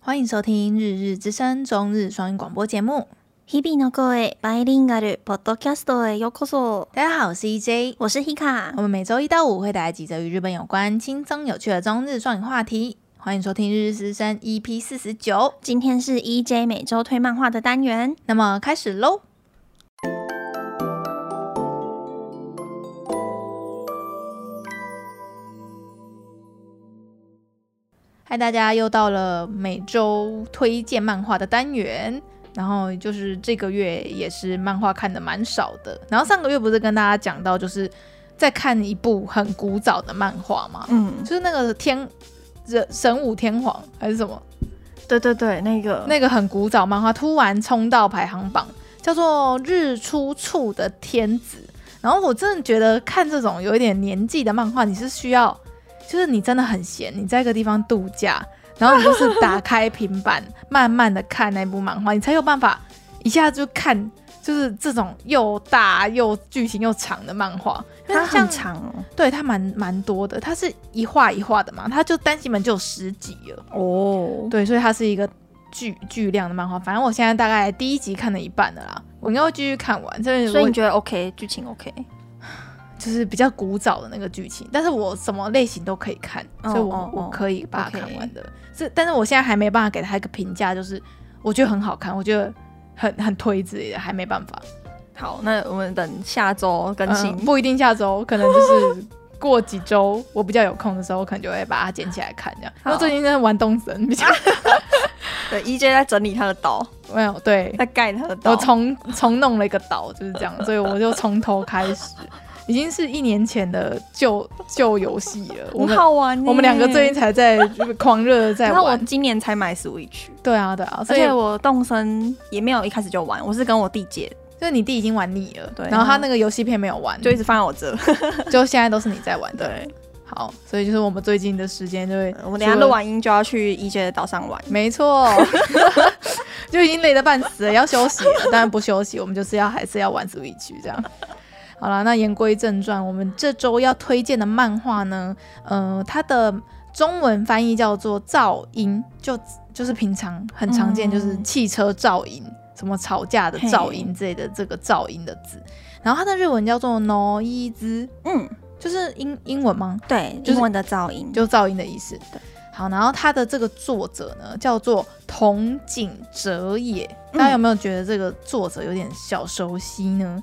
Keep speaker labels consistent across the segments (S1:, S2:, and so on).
S1: 欢迎收听《日日之声》中日双语广播节目。
S2: 日々の声バイリンガルポッドキャストへようこそ。
S1: 大家好，我是 EJ。
S2: 我是 Hika
S1: 我。们每周一到五会带来几则与日本有关、轻松有趣的中日双语话题。欢迎收听《日日之声》EP 四十九。
S2: 今天是 EJ 每周推漫画的单元。
S1: 那么开始喽。嗨，大家又到了每周推荐漫画的单元。然后就是这个月也是漫画看的蛮少的。然后上个月不是跟大家讲到，就是在看一部很古早的漫画嘛，
S2: 嗯，
S1: 就是那个天人神武天皇还是什么，
S2: 对对对，那个
S1: 那个很古早漫画突然冲到排行榜，叫做《日出处的天子》。然后我真的觉得看这种有一点年纪的漫画，你是需要，就是你真的很闲，你在一个地方度假，然后你就是打开平板，慢慢的看那部漫画，你才有办法一下就看，就是这种又大又剧情又长的漫画。因为
S2: 它
S1: 像
S2: 很长哦。
S1: 对它蛮蛮多的，它是一画一画的嘛，它就单行本就有十集了。
S2: 哦，
S1: 对，所以它是一个巨巨量的漫画。反正我现在大概第一集看了一半了啦，我应该会继续看完。这
S2: 所以
S1: 我
S2: 你觉得 OK，剧情 OK？
S1: 就是比较古早的那个剧情，但是我什么类型都可以看，
S2: 哦
S1: 所以我、
S2: 哦
S1: 我
S2: 哦
S1: 可以把它
S2: OK
S1: 看完的。是，但是我现在还没办法给它一个评价，就是我觉得很好看，我觉得很很推之类的，还没办法
S2: 好，那我们等下周更新。
S1: 嗯不一定下周，可能就是过几周我比较有空的时候，我可能就会把它捡起来看这 样。因为
S2: 好啊
S1: 最近在玩东神，比较
S2: 对，EJ 在整理他的岛，
S1: 没有对，
S2: 在盖他的岛。
S1: 我重重弄了一个岛，就是这样，所以我就从头开始，已经是一年前的旧旧游戏了。我
S2: 很
S1: 们
S2: 好玩耶。
S1: 我们两个最近才在狂热的在
S2: 然后我哎
S1: 玩，
S2: 今年才买 Switch，
S1: 对啊对啊，
S2: 而
S1: 所以
S2: 且我动身也没有一开始就玩，我是跟我弟借，
S1: 就是你弟已经玩腻了，
S2: 对
S1: 然后他那个游戏片没有玩，
S2: 就
S1: 就
S2: 一直放在我这。
S1: 就现在都是你在玩的。
S2: 对，
S1: 好，所以就是我们最近的时间就会，
S2: 我们等一下
S1: 除了
S2: 录完音就要去 EJ 的岛上玩。
S1: 没错， 就已经累得半死了，要休息了。当然不休息，我们就是要还是要玩 Switch 这样。好了，那言归正传，我们这周要推荐的漫画呢，呃，它的中文翻译叫做噪音，就就是平常很常见，
S2: 嗯
S1: 就是汽车噪音、什么吵架的噪音之类的这个噪音的字。然后它的日文叫做 noise，
S2: 嗯，
S1: 就是英英文吗？
S2: 对，
S1: 就是
S2: 英文的噪音。
S1: 就噪音的意思。
S2: 对，
S1: 好，然后他的这个作者呢叫做筒井哲也，
S2: 嗯
S1: 大家有没有觉得这个作者有点小熟悉呢？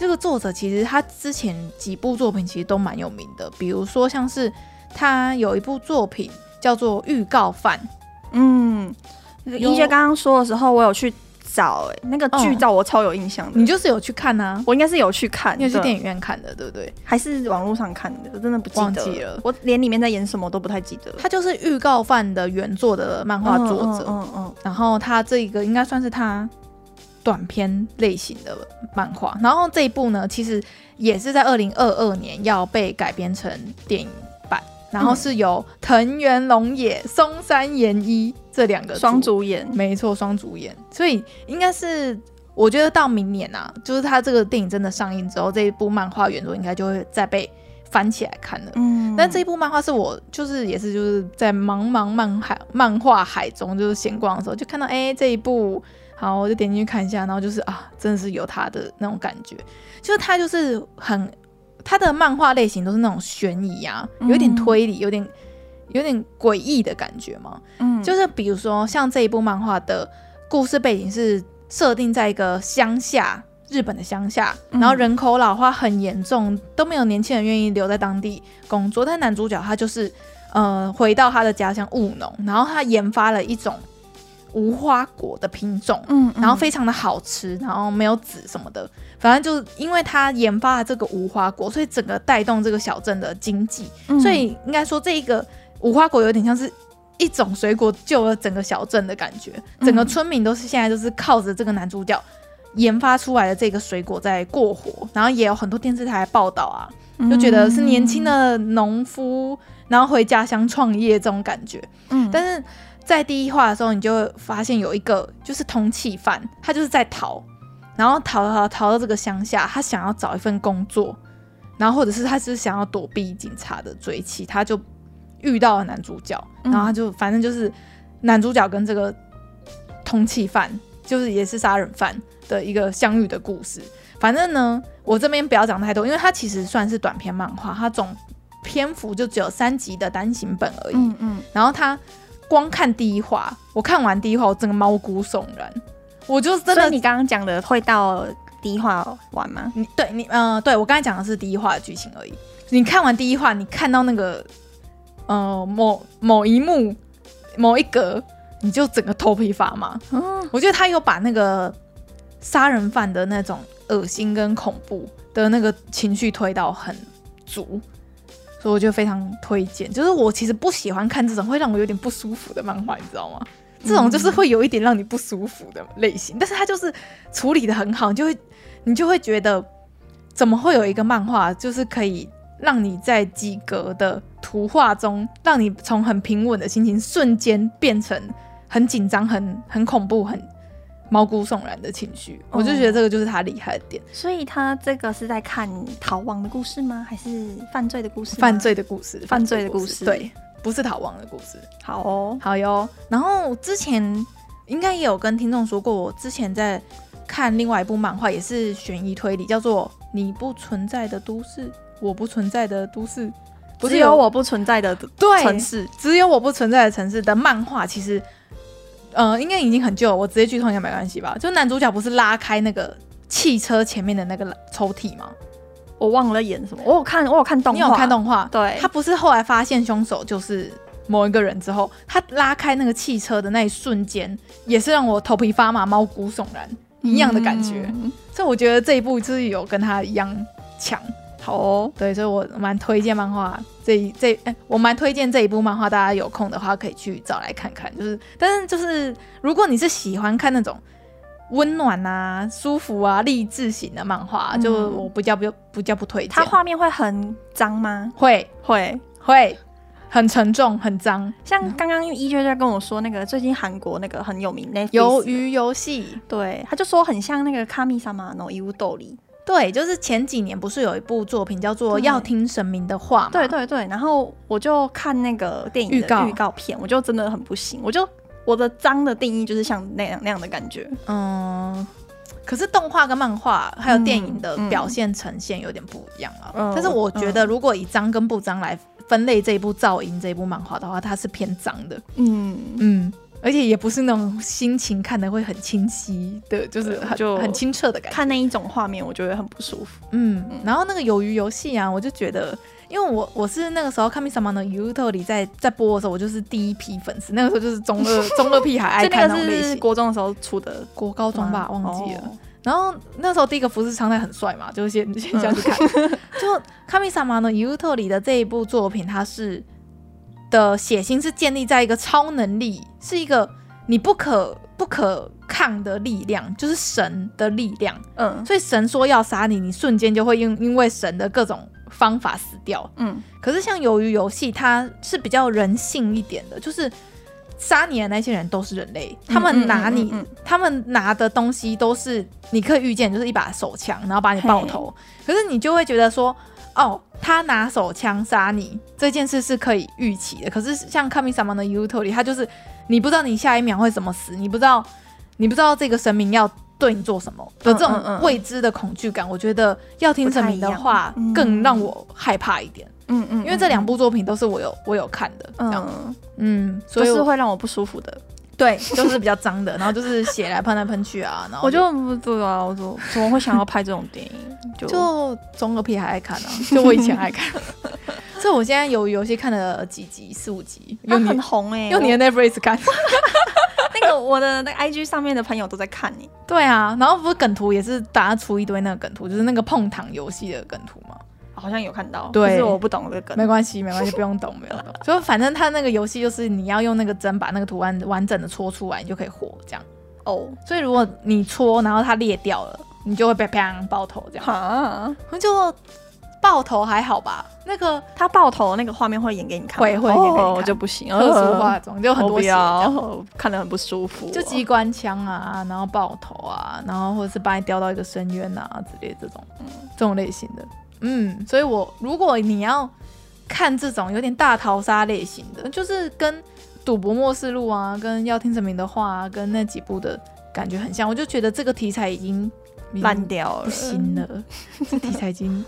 S1: 这个作者其实他之前几部作品其实都蛮有名的，比如说像是他有一部作品叫做《预告犯》，
S2: 嗯，
S1: 有
S2: 怡姐刚刚说的时候，我有去找、欸，那个剧照我超有印象的，
S1: 你就是有去看啊，
S2: 我应该是有去看
S1: 你有去
S2: 的
S1: 电影院看的，对不对？
S2: 还是网络上看的，我真的不记得
S1: 忘记了
S2: 我连里面在演什么都不太记得。
S1: 他就是《预告犯》的原作的漫画作者，
S2: 嗯嗯
S1: 然后他这个应该算是他短篇类型的漫画。然后这一部呢，其实也是在二零二二年要被改编成电影版，然后是由藤原龙也、松山研一这两个
S2: 嗯，双，主演，
S1: 没错，双主演，所以应该是。我觉得到明年啊，就是他这个电影真的上映之后，这一部漫画原作应该就会再被翻起来看了。
S2: 嗯
S1: 但这一部漫画是我就是也是就是在茫茫漫海漫画海中就是闲逛的时候，就看到哎、这一部，好我就点进去看一下，然后就是啊真的是有它的那种感觉，就是它就是很它的漫画类型都是那种悬疑啊，有点
S2: 嗯
S1: 推理，有点有点诡异的感觉嘛。
S2: 嗯
S1: 就是比如说像这一部漫画的故事背景是设定在一个乡下，日本的乡下，
S2: 嗯
S1: 然后人口老化很严重，都没有年轻人愿意留在当地工作。但男主角他就是呃回到他的家乡务农，然后他研发了一种无花果的品种。
S2: 嗯，嗯
S1: 然后非常的好吃，然后没有籽什么的，反正就是因为他研发了这个无花果，所以整个带动这个小镇的经济。
S2: 嗯
S1: 所以应该说这一个无花果有点像是一种水果救了整个小镇的感觉，
S2: 嗯
S1: 整个村民都是现在就是靠着这个男主角研发出来的这个水果在过活，然后也有很多电视台报道啊，
S2: 嗯
S1: 就觉得是年轻，的农夫，然后回家乡创业这种感觉。
S2: 嗯嗯
S1: 但是在第一话的时候，你就会发现有一个就是通气犯，他就是在逃，然后逃逃逃到这个乡下，他想要找一份工作，然后或者是他只是想要躲避警察的追击，他就遇到了男主角，
S2: 嗯
S1: 然后他就反正就是男主角跟这个通缉犯，就是也是杀人犯的一个相遇的故事。反正呢，我这边不要讲太多，因为它其实算是短篇漫画，它总篇幅就只有三集的单行本而已。
S2: 嗯嗯，
S1: 然后它光看第一话，我看完第一话，我整个毛骨悚然，我就真
S2: 所
S1: 的
S2: 以你刚刚讲的会到第一话完吗？
S1: 你对你嗯、呃对我刚才讲的是第一话的剧情而已。你看完第一话，你看到那个呃某某一幕某一格，你就整个头皮发麻。
S2: 嗯，
S1: 我觉得他有把那个杀人犯的那种恶心跟恐怖的那个情绪推到很足，所以我就非常推荐。就是我其实不喜欢看这种会让我有点不舒服的漫画，你知道吗？这种就是会有一点让你不舒服的类型，但是它就是处理的很好，你就会你就会觉得怎么会有一个漫画就是可以让你在几格的图画中，让你从很平稳的心情瞬间变成很紧张、很很恐怖、很毛骨悚然的情绪，
S2: 哦
S1: 我就觉得这个就是他厉害的点。
S2: 所以他这个是在看逃亡的故事吗？还是犯罪的故事？
S1: 犯。罪的故事，
S2: 犯罪的故事
S1: 对，不是逃亡的故事。
S2: 好哦，
S1: 好哟。然后之前应该也有跟听众说过，我之前在看另外一部漫画，也是悬疑推理，叫做《你不存在的都市，我不存在的都市》，不
S2: 只
S1: 是哦
S2: 有
S1: 有
S2: 我不存在的
S1: 对
S2: 城市。
S1: 只有我不存在的城市的漫画，其实呃应该已经很旧了，我直接剧透应该没关系吧？就男主角不是拉开那个汽车前面的那个抽屉吗？
S2: 我忘了演什么，我有看，我有看动画，
S1: 你有看？动画？
S2: 对，
S1: 他不是后来发现凶手就是某一个人之后，他拉开那个汽车的那一瞬间，也是让我头皮发麻、毛骨悚然一样的感觉。
S2: 嗯
S1: 所以我觉得这一部就是有跟他一样强。
S2: 好哦，
S1: 对，所以我蛮推荐漫画这一这哎、我蛮推荐这一部漫画，大家有空的话可以去找来看看。就是，但是就是，如果你是喜欢看那种温暖啊、舒服啊、励志型的漫画，
S2: 嗯
S1: 就我不叫不不叫不推荐。
S2: 它画面会很脏吗？
S1: 会嗯
S2: 会，
S1: 会很沉重、很脏。
S2: 像刚刚一娟在跟我说那个最近韩国那个很有名那
S1: 鱿，鱼游戏，
S2: 对，他就说很像那个卡米萨玛诺伊乌豆里，
S1: 对，就是前几年不是有一部作品叫做《
S2: 对
S1: 要听神明的话》吗？
S2: 对，对对，然后我就看那个电影
S1: 预告
S2: 的预告片，我就真的很不行，我就我的脏的定义就是像那样那样的感觉，
S1: 嗯。可是动画跟漫画还有电影的
S2: 嗯嗯
S1: 表现呈现有点不一样啊。
S2: 嗯
S1: 但是我觉得，如果以脏跟不脏来分类这一部《噪音》这一部漫画的话，它是偏脏的。
S2: 嗯，
S1: 嗯，而且也不是那种心情看的会很清晰的，嗯就是
S2: 对
S1: 很
S2: 就
S1: 很清澈的感觉。
S2: 看那一种画面我就会很不舒服，
S1: 嗯，然后那个鱿鱼游戏啊，我就觉得，因为我我是那个时候《看 a m i s a m a 的 YouTube 里在在播的时候，我就是第一批粉丝，那个时候就是中 二中二屁孩爱
S2: 就
S1: 哎看
S2: 那
S1: 那
S2: 个
S1: 种类
S2: 是
S1: 型。嗯
S2: 国中的时候出的，
S1: 国高中吧，忘记了。
S2: 哦
S1: 然后那时候第一个服饰常态很帅嘛，就是先先下去看。 就《看 a m i s a m a 的 YouTube 里的这一部作品，它是的血腥是建立在一个超能力，是一个你不可不可抗的力量，就是神的力量。
S2: 嗯
S1: 所以神说要杀你，你瞬间就会因因为神的各种方法死掉。
S2: 嗯
S1: 可是像鱿鱼游戏，它是比较人性一点的，就是杀你的那些人都是人类，他们拿你，
S2: 嗯嗯嗯
S1: 他们拿的东西都是你可以预见，就是一把手枪，然后把你爆头。可是你就会觉得说，哦，他拿手枪杀你这件事是可以预期的。可是像《Coming s a m a 的 YouTube 里，他就是你不知道你下一秒会怎么死，你不知道你不知道这个神明要。对你做什么的这
S2: 嗯嗯
S1: 种
S2: 嗯
S1: 未知的恐惧感，我觉得要听神明的话
S2: 不太一样嗯
S1: 更让我害怕一点。
S2: 嗯嗯，
S1: 因为这两
S2: 部
S1: 部作品都是我有我有看的，这样，
S2: 嗯，
S1: 嗯，所
S2: 就
S1: 以
S2: 是
S1: 我
S2: 会让我不舒服的，
S1: 对，就是比较脏的，然后就是血来喷来喷去啊，然后
S2: 我就不对啊，我就怎么会想要拍这种电影？就
S1: 就中二屁还爱看啊，就我以前爱 看，所以我现在有游戏看了几集，四五集，
S2: 它
S1: 用你
S2: 很红哎、欸，
S1: 用你的 Netflix 看，
S2: 我那个我的那个 IG 上面的朋友都在看你、
S1: 对啊，然后不是梗图也是大家出一堆那个梗图，就是那个碰糖游戏的梗图嘛，
S2: 好像有看到，
S1: 对
S2: 可是我不懂这个
S1: 没
S2: 梗，
S1: 关系没关系，不用懂不用懂， 就反正它那个游戏就是你要用那个针把那个图案完整的戳出来，你就可以活这样。
S2: 哦，
S1: 所以如果你戳，然后它裂掉了，你就会被啪爆头这样。
S2: 哈，
S1: 就爆头还好吧？那个
S2: 他爆头那个画面会演给你看吗，
S1: 会会演给你看
S2: 哦，我就不行，
S1: 特殊化妆就
S2: 呃
S1: 很
S2: 我
S1: 多
S2: 不
S1: 血这样，
S2: 要，看得很不舒服，
S1: 就机关枪啊，然后爆头啊，然后或者是把你掉到一个深渊啊之类这种，这种类型的。嗯，所以我如果你要看这种有点大逃杀类型的，就是跟。赌博默示录》啊，跟《要听神明的话》啊，跟那几部的感觉很像。我就觉得这个题材已经
S2: 烂掉了，
S1: 不行
S2: 嗯
S1: 了，这题材已 经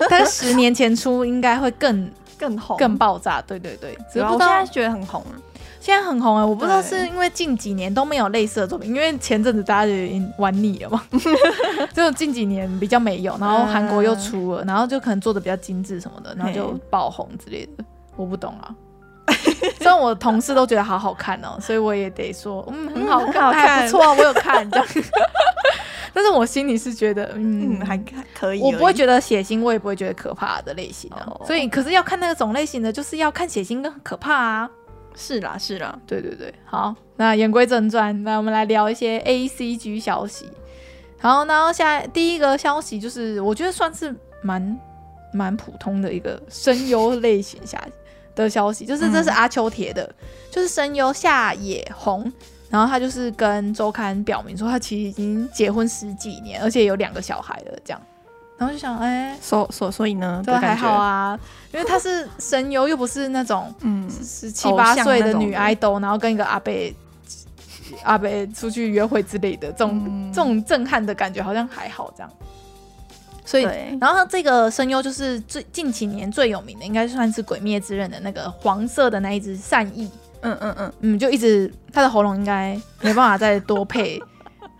S1: 大概十年前出应该会更
S2: 更红
S1: 更爆炸。对对对，只
S2: 对
S1: 是
S2: 啊
S1: 不
S2: 我
S1: 知
S2: 现
S1: 道
S2: 在觉得很红啊，
S1: 现在很红哎、我不知道
S2: 对
S1: 是因为近几年都没有类似的作品，因为前阵子大家就已经玩腻 了嘛，只有近几年比较没有，然后韩国又出
S2: 嗯
S1: 了，然后就可能做的比较精致什么的，然后就爆红之类的，我不懂 啊。虽然我同事都觉得好好看哦，所以我也得说，嗯，很好看，
S2: 很好看
S1: 还不错啊，我有看 这样。但是我心里是觉得，嗯，
S2: 嗯，还还可以而
S1: 我
S2: 已，
S1: 不会觉得血腥，我也不会觉得可怕的类型啊。
S2: 哦
S1: 所以，可是要看那种类型的，就是要看血腥跟可怕啊。
S2: 是啦是啦，
S1: 对对对，好，那言归正传，那我们来聊一些 A C G 消息。好，然后下第一个消息就是，我觉得算是蛮蛮普通的一个声优类型下的消息，就是这是阿秋铁的，就是声优夏野红，然后他就是跟周刊表明说，他其实已经结婚十几年，而且有两个小孩了，这样，然后就想，哎、
S2: 所所所以呢，
S1: 对，
S2: 的感
S1: 还
S2: 觉
S1: 好，啊，因为他是声优，又不是那种
S2: 嗯，
S1: 十七八岁的女
S2: 偶像那
S1: idol，然后跟一个阿贝阿贝出去约会之类的，这种、
S2: 嗯
S1: 这种震撼的感觉好像还好这样。所以，
S2: 对，
S1: 然后这个声优就是最近几年最有名的，应该算是《鬼灭之刃》的那个黄色的那一只善意，
S2: 嗯嗯嗯，
S1: 嗯，就一直他的喉咙应该没办法再多配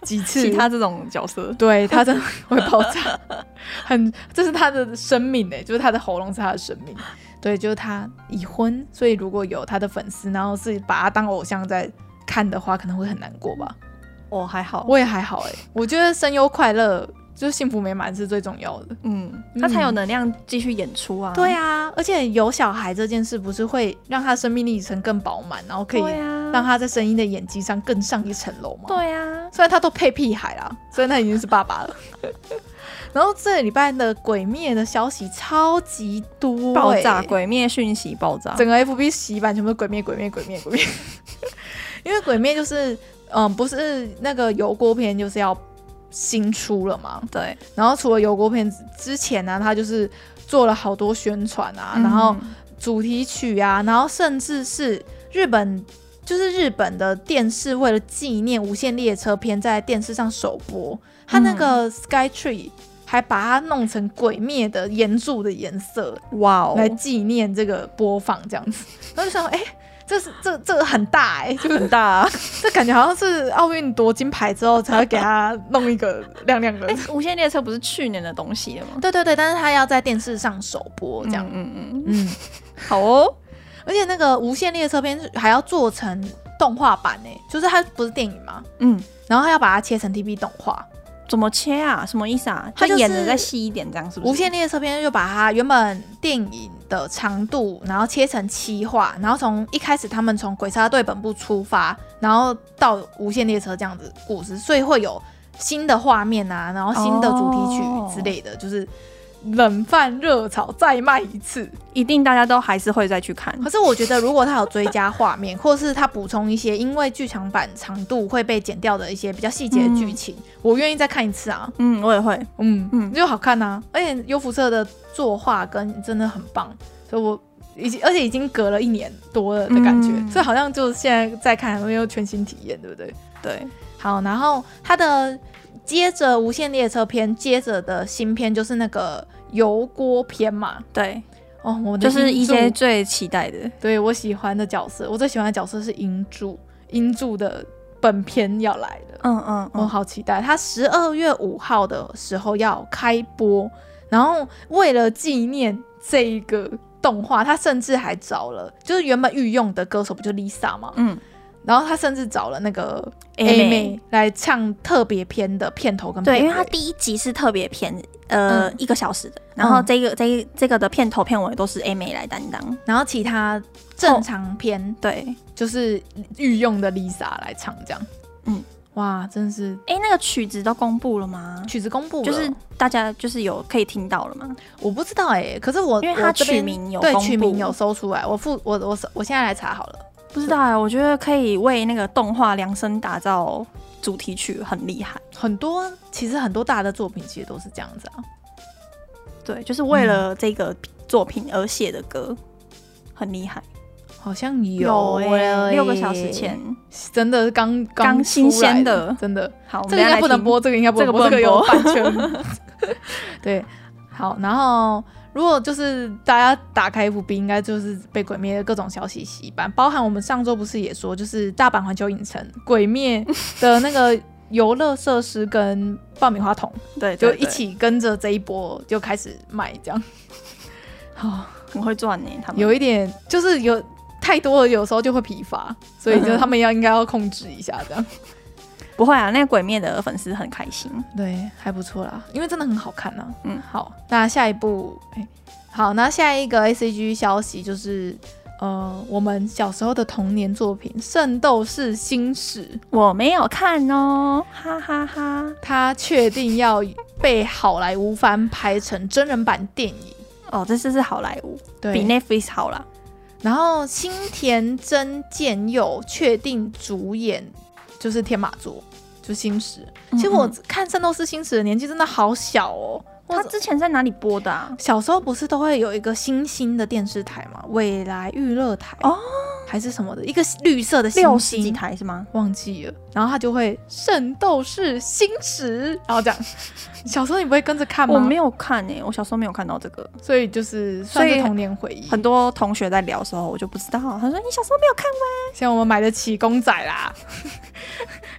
S1: 几次，
S2: 其他这种角色，
S1: 对他真的会爆炸， 很这是他的生命哎、就是他的喉咙是他的生命。对，就是他已婚，所以如果有他的粉丝，然后是把他当偶像在看的话，可能会很难过吧。
S2: 我还好，
S1: 我也还好哎、我觉得声优快乐就是幸福美满是最重要的。
S2: 嗯，
S1: 嗯
S2: 他才有能量继续演出啊，
S1: 对
S2: 啊，
S1: 啊，而且有小孩这件事，不是会让他生命历程更饱满，然后可以
S2: 对啊，
S1: 让他在声音的演技上更上一层楼吗？
S2: 对啊，
S1: 虽然他都配屁孩啦，虽然他已经是爸爸 了。然后这礼拜的《鬼灭》的消息超级多、欸，
S2: 爆炸，鬼灭讯息爆炸，
S1: 整个 FB 洗版全部是鬼灭，鬼灭，鬼灭，鬼灭。 因为鬼灭就是，嗯，不是那个油锅篇就是要新出了嘛，
S2: 对，
S1: 然后除了油锅篇之之前呢、他就是做了好多宣传啊，
S2: 嗯
S1: 然后主题曲啊，然后甚至是日本，就是日本的电视为了纪念《无限列车篇》在电视上首播，它那
S2: 嗯
S1: 个 Sky Tree 还把它弄成鬼灭的岩柱的颜色
S2: 嗯哇哦，
S1: 来纪念这个播放，这样子， 然后就想说，哎、这是这这个很大哎、就是
S2: 很大啊，
S1: 这感觉好像是奥运夺金牌之后才会给它弄一个亮亮 的
S2: 哎，，无限列车不是去年的东西了吗？
S1: 对对对，但是它要在电视上首播这样，
S2: 嗯嗯嗯，
S1: 嗯
S2: 好哦，
S1: 而且那个《无限列车篇》还要做成动画版呢、就是它不是电影嘛，
S2: 嗯，
S1: 然后它要把它切成 TV 动画。
S2: 怎么切啊？什么意思啊？
S1: 它
S2: 就
S1: 就是
S2: 演的再细一点，这样
S1: 《
S2: 是不是？
S1: 无限列车篇》就把它原本电影的长度，然后切成七话，然后从一开始他们从鬼杀队本部出发，然后到无限列车这样子故事，所以会有新的画面啊，然后新的主题曲之类的，就是冷饭热炒再卖一次。
S2: 一定大家都还是会再去看，
S1: 可是我觉得，如果它有追加画面，或是它补充一些因为剧场版长度会被剪掉的一些比较细节的剧情，我愿意再看一次啊。
S2: 嗯，我也会，
S1: 嗯嗯，
S2: 嗯
S1: 就好看呐、而且优福社的作画跟真的很棒，所以我已经而且已经隔了一年多了的感觉，
S2: 嗯
S1: 所以好像就是现在再看，没有全新体验，对不对？
S2: 对，
S1: 好，然后它的接着《无限列车篇》，接着的新篇就是那个油锅篇嘛。
S2: 对，
S1: 哦，我的
S2: 就是一
S1: 英
S2: 些
S1: 柱
S2: 最期待的。
S1: 对我喜欢的角色，我最喜欢的角色是英柱，英柱的本片要来了，
S2: 嗯嗯
S1: 我、好期待。他十二月五号的时候要开播，然后为了纪念这一个动画，他甚至还找了，就是原本御用的歌手不就 Lisa 吗？
S2: 嗯
S1: 然后他甚至找了那个
S2: A
S1: 妹
S2: 妹
S1: 来唱特别篇的片头跟片
S2: 对，
S1: 尾，
S2: 因为它第一集是特别片，呃，
S1: 嗯
S2: 一个小时的，然后
S1: 嗯
S2: 这个、这个、这个的片头片尾都是 A 妹来担当。
S1: 然后其他正常篇
S2: 对，
S1: 就是御用的 Lisa 来唱这样，
S2: 嗯，
S1: 哇，真是
S2: 哎，那个曲子都公布了吗？
S1: 曲子公布了
S2: 就是大家就是有可以听到了吗？
S1: 我不知道哎、可是我
S2: 因为
S1: 我
S2: 它
S1: 这边
S2: 曲名有
S1: 对
S2: 公布
S1: 曲名有搜出来，我附我我我现在来查好了。
S2: 不知道啊，我觉得可以为那个动画量身打造主题曲，很厉害。
S1: 很多其实很多大的作品其实都是这样子啊，
S2: 嗯对，就是为了这个作品而写的歌，很厉害。
S1: 好像有
S2: 有
S1: 欸
S2: 六个小时前，
S1: 真的刚
S2: 刚新
S1: 出来
S2: 鲜的
S1: 真的。
S2: 好，我
S1: 这个应
S2: 们等一下
S1: 该
S2: 来
S1: 不能
S2: 听
S1: 播，这个应该不能播，这
S2: 这
S1: 个
S2: 个
S1: 有
S2: 不
S1: 版权。 对，好，然后如果就是大家打开 FB，应该就是被《鬼灭》的各种消息洗版，包含我们上周不是也说，就是大阪环球影城《鬼灭》的那个游乐设施跟爆米花桶，
S2: 对，
S1: 就
S2: 对
S1: 一，起跟着这一波就开始卖，这样。好，
S2: 对很会赚呢，他们
S1: 有一点就是有太多了，有时候就会疲乏，所以 就他们要应该要控制一下这样。
S2: 不会啊，那个鬼灭的粉丝很开心，
S1: 对，还不错啦，因为真的很好看呢、
S2: 嗯
S1: 好，那下一步，哎、好，那下一个 A C G 消息就是，呃，我们小时候的童年作品《圣斗士星矢》，
S2: 我没有看哦，哈哈哈
S1: 它确定要被好莱坞翻拍成真人版电影。
S2: 哦，这次是好莱坞，比
S1: 对，
S2: Netflix 好啦。
S1: 然后新田真剑佑确定主演就是天马座，就星矢。其实我
S2: 嗯嗯
S1: 看《圣斗士星矢》的年纪真的好小哦，我
S2: 他之前在哪里播的啊？
S1: 小时候不是都会有一个新兴的电视台嘛，未来娱乐台
S2: 哦，
S1: 还是什么的，一个绿色的
S2: 六
S1: 星
S2: 十几
S1: 星，
S2: 台是吗？
S1: 忘记了。然后他就会《圣斗士星矢》， 然哦后这样。小时候你不会跟着看吗？
S2: 我没
S1: 有，
S2: 有看诶、我小时候没有看到这个。
S1: 所以就是算是
S2: 所以
S1: 童年回忆。
S2: 很多同学在聊的时候，我就不知道。他说：“你小时候没有看过
S1: 像我们买得起公仔啦，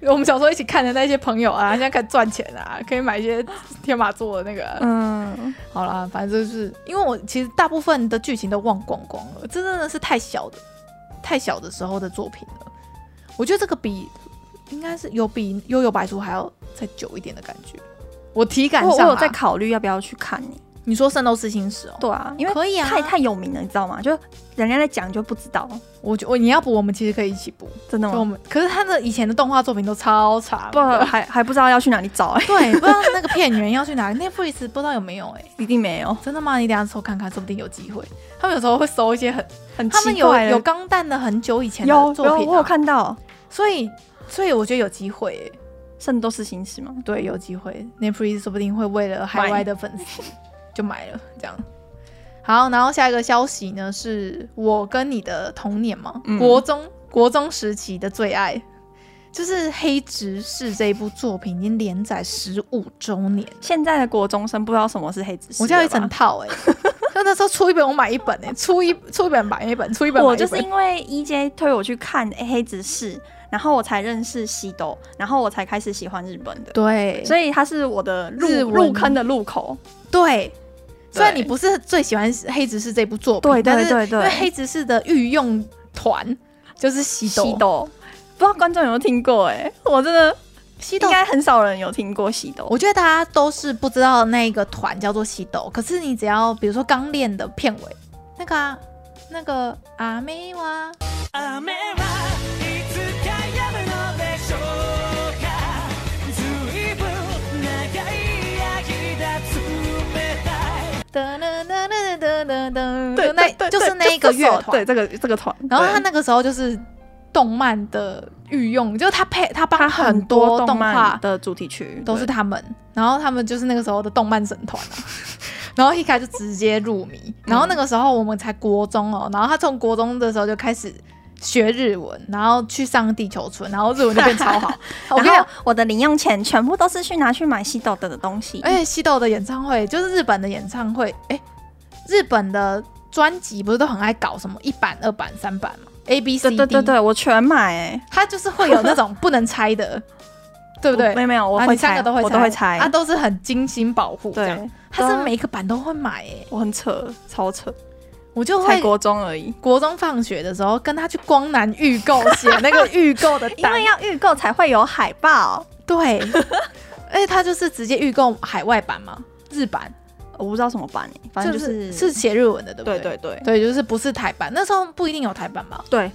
S1: 我们小时候一起看的那些朋友啊，现在开始赚钱啊，可以买一些天马座的那个啊、？”
S2: 嗯，
S1: 好啦，反正就是因为我其实大部分的剧情都忘光光了，这真的是太小的、太小的时候的作品了。我觉得这个比应该是有比《悠悠白书》还要再久一点的感觉。我体感
S2: 我我
S1: 上、啊，
S2: 有在考虑要不要去看呢、
S1: 你说《圣斗士星矢》哦，
S2: 对啊，因为
S1: 可以啊，
S2: 太太有名了，你知道吗？就人家在讲就不知道，
S1: 我觉我你要补，我们其实可以一起补。
S2: 真的
S1: 就我
S2: 吗？
S1: 们可是他的以前的动画作品都超长
S2: 嗯不
S1: 的，
S2: 还还不知道要去哪里找哎、
S1: 对，不知道那个片源要去哪里，Netflix 不知道有没有哎、
S2: 一定没有，
S1: 真的吗？你等一下搜看看，说不定有机会。他们有时候会搜一些很，
S2: 很
S1: 他们
S2: 奇
S1: 有
S2: 怪的
S1: 有钢弹的很久以前的
S2: 有
S1: 作品、啊
S2: 有我有看到
S1: 所以，所以我觉得有机会耶，
S2: 《圣斗士星矢》吗？
S1: 对，有机会。Netflix 说不定会为了海外的粉丝就买了，这样。好，然后下一个消息呢，是我跟你的童年嘛，
S2: 嗯
S1: 国中国中时期的最爱，就是《黑执事》这一部作品已经连载十五周年了，
S2: 现在的国中生不知道什么是黑执事，
S1: 我家有一整
S2: 层，
S1: 套哎、 就那时候出一本我买一本哎、出一出一本买一本，出一本买
S2: 我
S1: 一本
S2: 就是因为 EJ 推我去看欸黑执事，然后我才认识西斗，然后我才开始喜欢日本的，
S1: 对，
S2: 所以他是我的入
S1: 日文
S2: 入坑的入口。
S1: 对，虽然
S2: 对
S1: 你不是最喜欢《黑执事》这部作品，
S2: 对对
S1: 但是
S2: 对对
S1: 因为《黑执事》的御用团就是西斗，
S2: 西斗，不知道观众有没有听过、哎，我真的
S1: 西斗
S2: 应，该很少人有听过西斗。
S1: 我觉得大家都是不知道那个团叫做西斗，可是你只要比如说《刚练》的片尾那个啊，那个啊阿妹哇，
S3: 雨はいつか止むのでしょうかずいぶん長い間冷たい
S1: 噔噔噔噔噔噔噔，就，那
S2: 对对对
S1: 就是那一个
S2: 这首
S1: 乐团
S2: 对，这个这个团。
S1: 然后
S2: 对
S1: 他那个时候就是动漫的御用，就是他配他帮
S2: 他
S1: 很
S2: 很
S1: 多
S2: 多
S1: 动
S2: 动
S1: 画
S2: 漫的主题曲
S1: 都是他们，然后他们就是那个时候的动漫神团、啊， 然后一开始就直接入
S2: 嗯
S1: 迷，然后那个时候我们才国中哦，然后他从国中的时候就开始学日文，然后去上地球村，然后日文就变超 好，我跟
S2: 对。
S1: 你
S2: 然
S1: 讲
S2: 后。我的零用钱全部都是去拿去买西斗的的东西。
S1: 而且哎西斗的演唱会就是日本的演唱会，哎、日本的专辑不是都很爱搞什么一版、二版、三版吗？A B C
S2: 对
S1: D，
S2: 对对对，我全买哎、
S1: 它就是会有那种不能拆的，对
S2: 对
S1: 不对？
S2: 没有没有，我
S1: 啊
S2: 会
S1: 你三
S2: 猜，
S1: 个都会啊
S2: 我都会猜。
S1: 它都是很精心保护，这样
S2: 对，
S1: 它是
S2: 都
S1: 每一个版都会买、哎。
S2: 我很扯，超扯，
S1: 我就
S2: 才
S1: 会
S2: 国中而已。
S1: 国中放学的时候跟他去光南预购写那个预购的
S2: 因
S1: 单
S2: 为，要预购才会有海报，
S1: 对，而且他就是直接预购海外版嘛，日版，
S2: 我不知道什么版欸，反正就是是
S1: 是写日文的，对不
S2: 对
S1: 对
S2: 对对
S1: 对，就是不是台版，那时候不一定有台版吧。
S2: 对，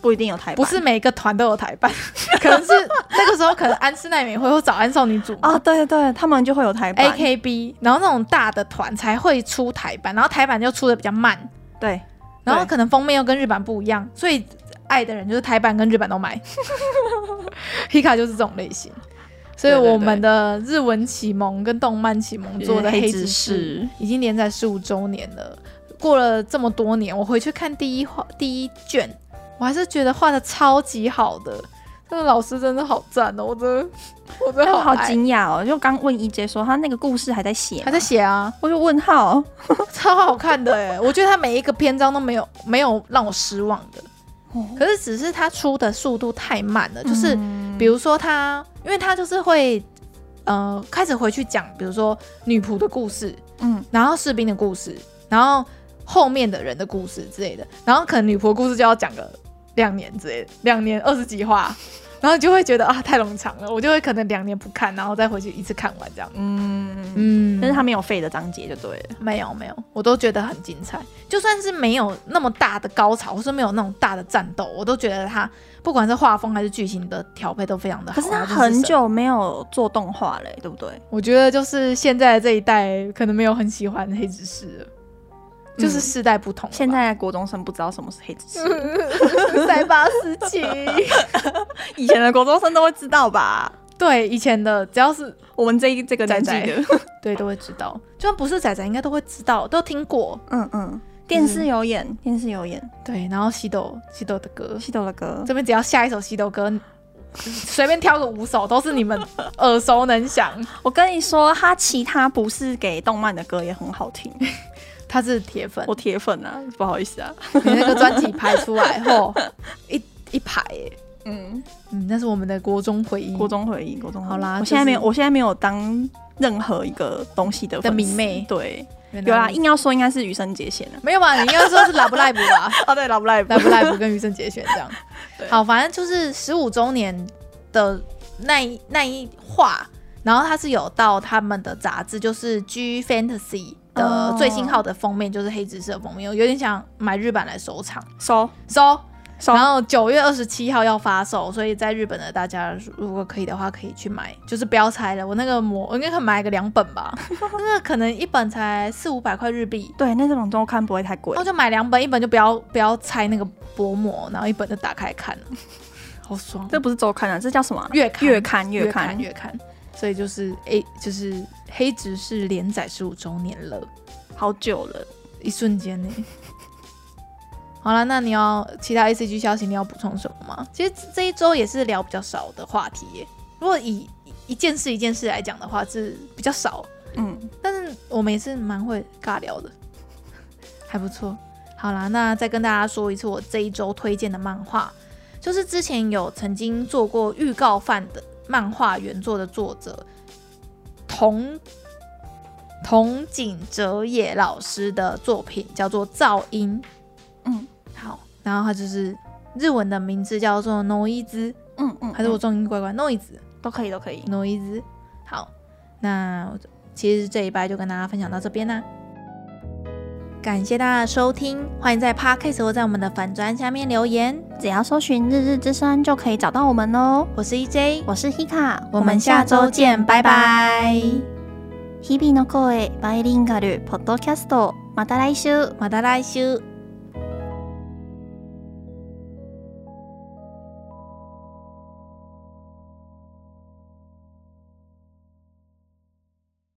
S2: 不一定有台版。
S1: 不是每个团都有台版， 可能是那个时候可能安室奈美惠或找安少女组嘛
S2: 哦，对对，他们就会有台版。
S1: AKB，然后那种大的团才会出台版，然后台版就出的比较慢，
S2: 对，
S1: 然后
S2: 对
S1: 可能封面又跟日版不一样，所以爱的人就是台版跟日版都买。Hika 就是这种类型，所以
S2: 对对对
S1: 我们的日文启蒙跟动漫启蒙做的《
S2: 就是黑
S1: 执
S2: 执
S1: 事
S2: 事》
S1: 已经连载十五周年了。过了这么多年，我回去看第一画第一卷，我还是觉得画的超级好的。这个老师真的好赞哦，我真的，我真
S2: 但
S1: 的
S2: 我好
S1: 爱
S2: 惊讶哦！就刚问一杰说他那个故事还在写吗，
S1: 还在写啊，
S2: 我就问号，
S1: 超好看的哎！我觉得他每一个篇章都没有没有让我失望的，可是只是他出的速度太慢了，就是、
S2: 哦嗯
S1: 比如说他，因为他就是会呃开始回去讲，比如说女仆的故事，
S2: 嗯
S1: 然后士兵的故事，然后后面的人的故事之类的，然后可能女仆的故事就要讲个两年之类的，两年二十几话， 然后你就会觉得啊太冗长了，我就会可能两年不看，然后再回去一次看完这样。
S2: 嗯，
S1: 嗯，
S2: 但是他没有废的章节就对了，
S1: 没有没有，我都觉得很精彩。就算是没有那么大的高潮，或是没有那种大的战斗，我都觉得他不管是画风还是剧情的调配都非常的好。
S2: 可是他
S1: 然后就是
S2: 很
S1: 神，
S2: 久没有做动画嘞、对不对？
S1: 我觉得就是现在这一代可能没有很喜欢黑执事了，就是
S2: 嗯
S1: 世代不同了吧。
S2: 现在国中生不知道什么是黑执事，嗯
S1: 塞巴斯奇，
S2: 以前的国中生都会知道吧？
S1: 对以前的只要是
S2: 我们这一这个年纪
S1: 仔
S2: 的，
S1: 对都会知道，就算不是仔仔应该都会知道，都听过。
S2: 嗯嗯，电视有演，
S1: 嗯
S2: 电视有演
S1: 对，然后西斗西斗的歌，
S2: 西斗的歌，
S1: 这边只要下一首西斗歌，随便挑个五首都是你们耳熟能详。
S2: 我跟你说，他其他不是给动漫的歌也很好 听，
S1: 他是铁粉
S2: 我，铁粉啊，不好意思啊。
S1: 你那个专辑排出来后， 一一排耶，
S2: 嗯，
S1: 嗯，那是我们的国中回忆，
S2: 国中回忆，国中回忆
S1: 好啦
S2: 我现在没有，
S1: 就是
S2: 我现在没有当任何一个东西的
S1: 的
S2: 粉丝
S1: 迷妹
S2: 对，
S1: 原来
S2: 有啦，硬要说应该是羽生结弦啊。
S1: 没有吧？你应该说是 Love Live 吧
S2: 哦，对，老不赖
S1: ，Love Live 跟余生节选这样
S2: 对。
S1: 好，反正就是十五周年的那一那一话，然后它是有到他们的杂志，就是 G Fantasy 的
S2: 哦
S1: 最新号的封面，就是黑紫色封面，我有点想买日版来收藏
S2: 收
S1: 收。
S2: 收
S1: 然后九月二十七号要发售，所以在日本的大家如果可以的话，可以去买，就是不要拆了。我那个膜，我应该可以买个两本吧， 那个可能一本才四五百块日币，
S2: 对，那种周刊不会太贵
S1: 然后。就买两本，一本就不要不要拆那个薄膜，然后一本就打开看了，好爽。
S2: 这不是周刊啊，这叫什么啊？
S1: 月刊
S2: 月刊，
S1: 越
S2: 月
S1: 看
S2: 刊。
S1: 越看，所以就是诶，就是黑执事连载十五周年了，
S2: 好久了，
S1: 一瞬间呢。 好了，那你要其他 A C G 消息你要补充什么吗？其实这这一周也是聊比较少的话题耶。如果以以一件事一件事来讲的话，是比较少，
S2: 嗯，
S1: 但是我们也是蛮会尬聊的， 还不错。好啦，那再跟大家说一次我这一周推荐的漫画，就是之前有曾经做过预告范的漫画原作的作者童童井哲也老师的作品，叫做《噪音》。
S2: 嗯，
S1: 好，然后它就是日文的名字叫做 Noise，
S2: 嗯嗯，
S1: 还是我中英乖乖 Noise。
S2: 都可以，都可以。
S1: noise。好，那我其实这一拜就跟大家分享到这边啦。感谢大家的收听，欢迎在 Podcast 或在我们的粉砖下面留言。
S2: 只要搜寻“日日之声”就可以找到我们喽。
S1: 我是 E EJ，
S2: 我是 Hika，
S1: 我们下周见，拜拜。
S2: 日々の声バイリンガルポッドキャストまた来週
S1: 马达拉修。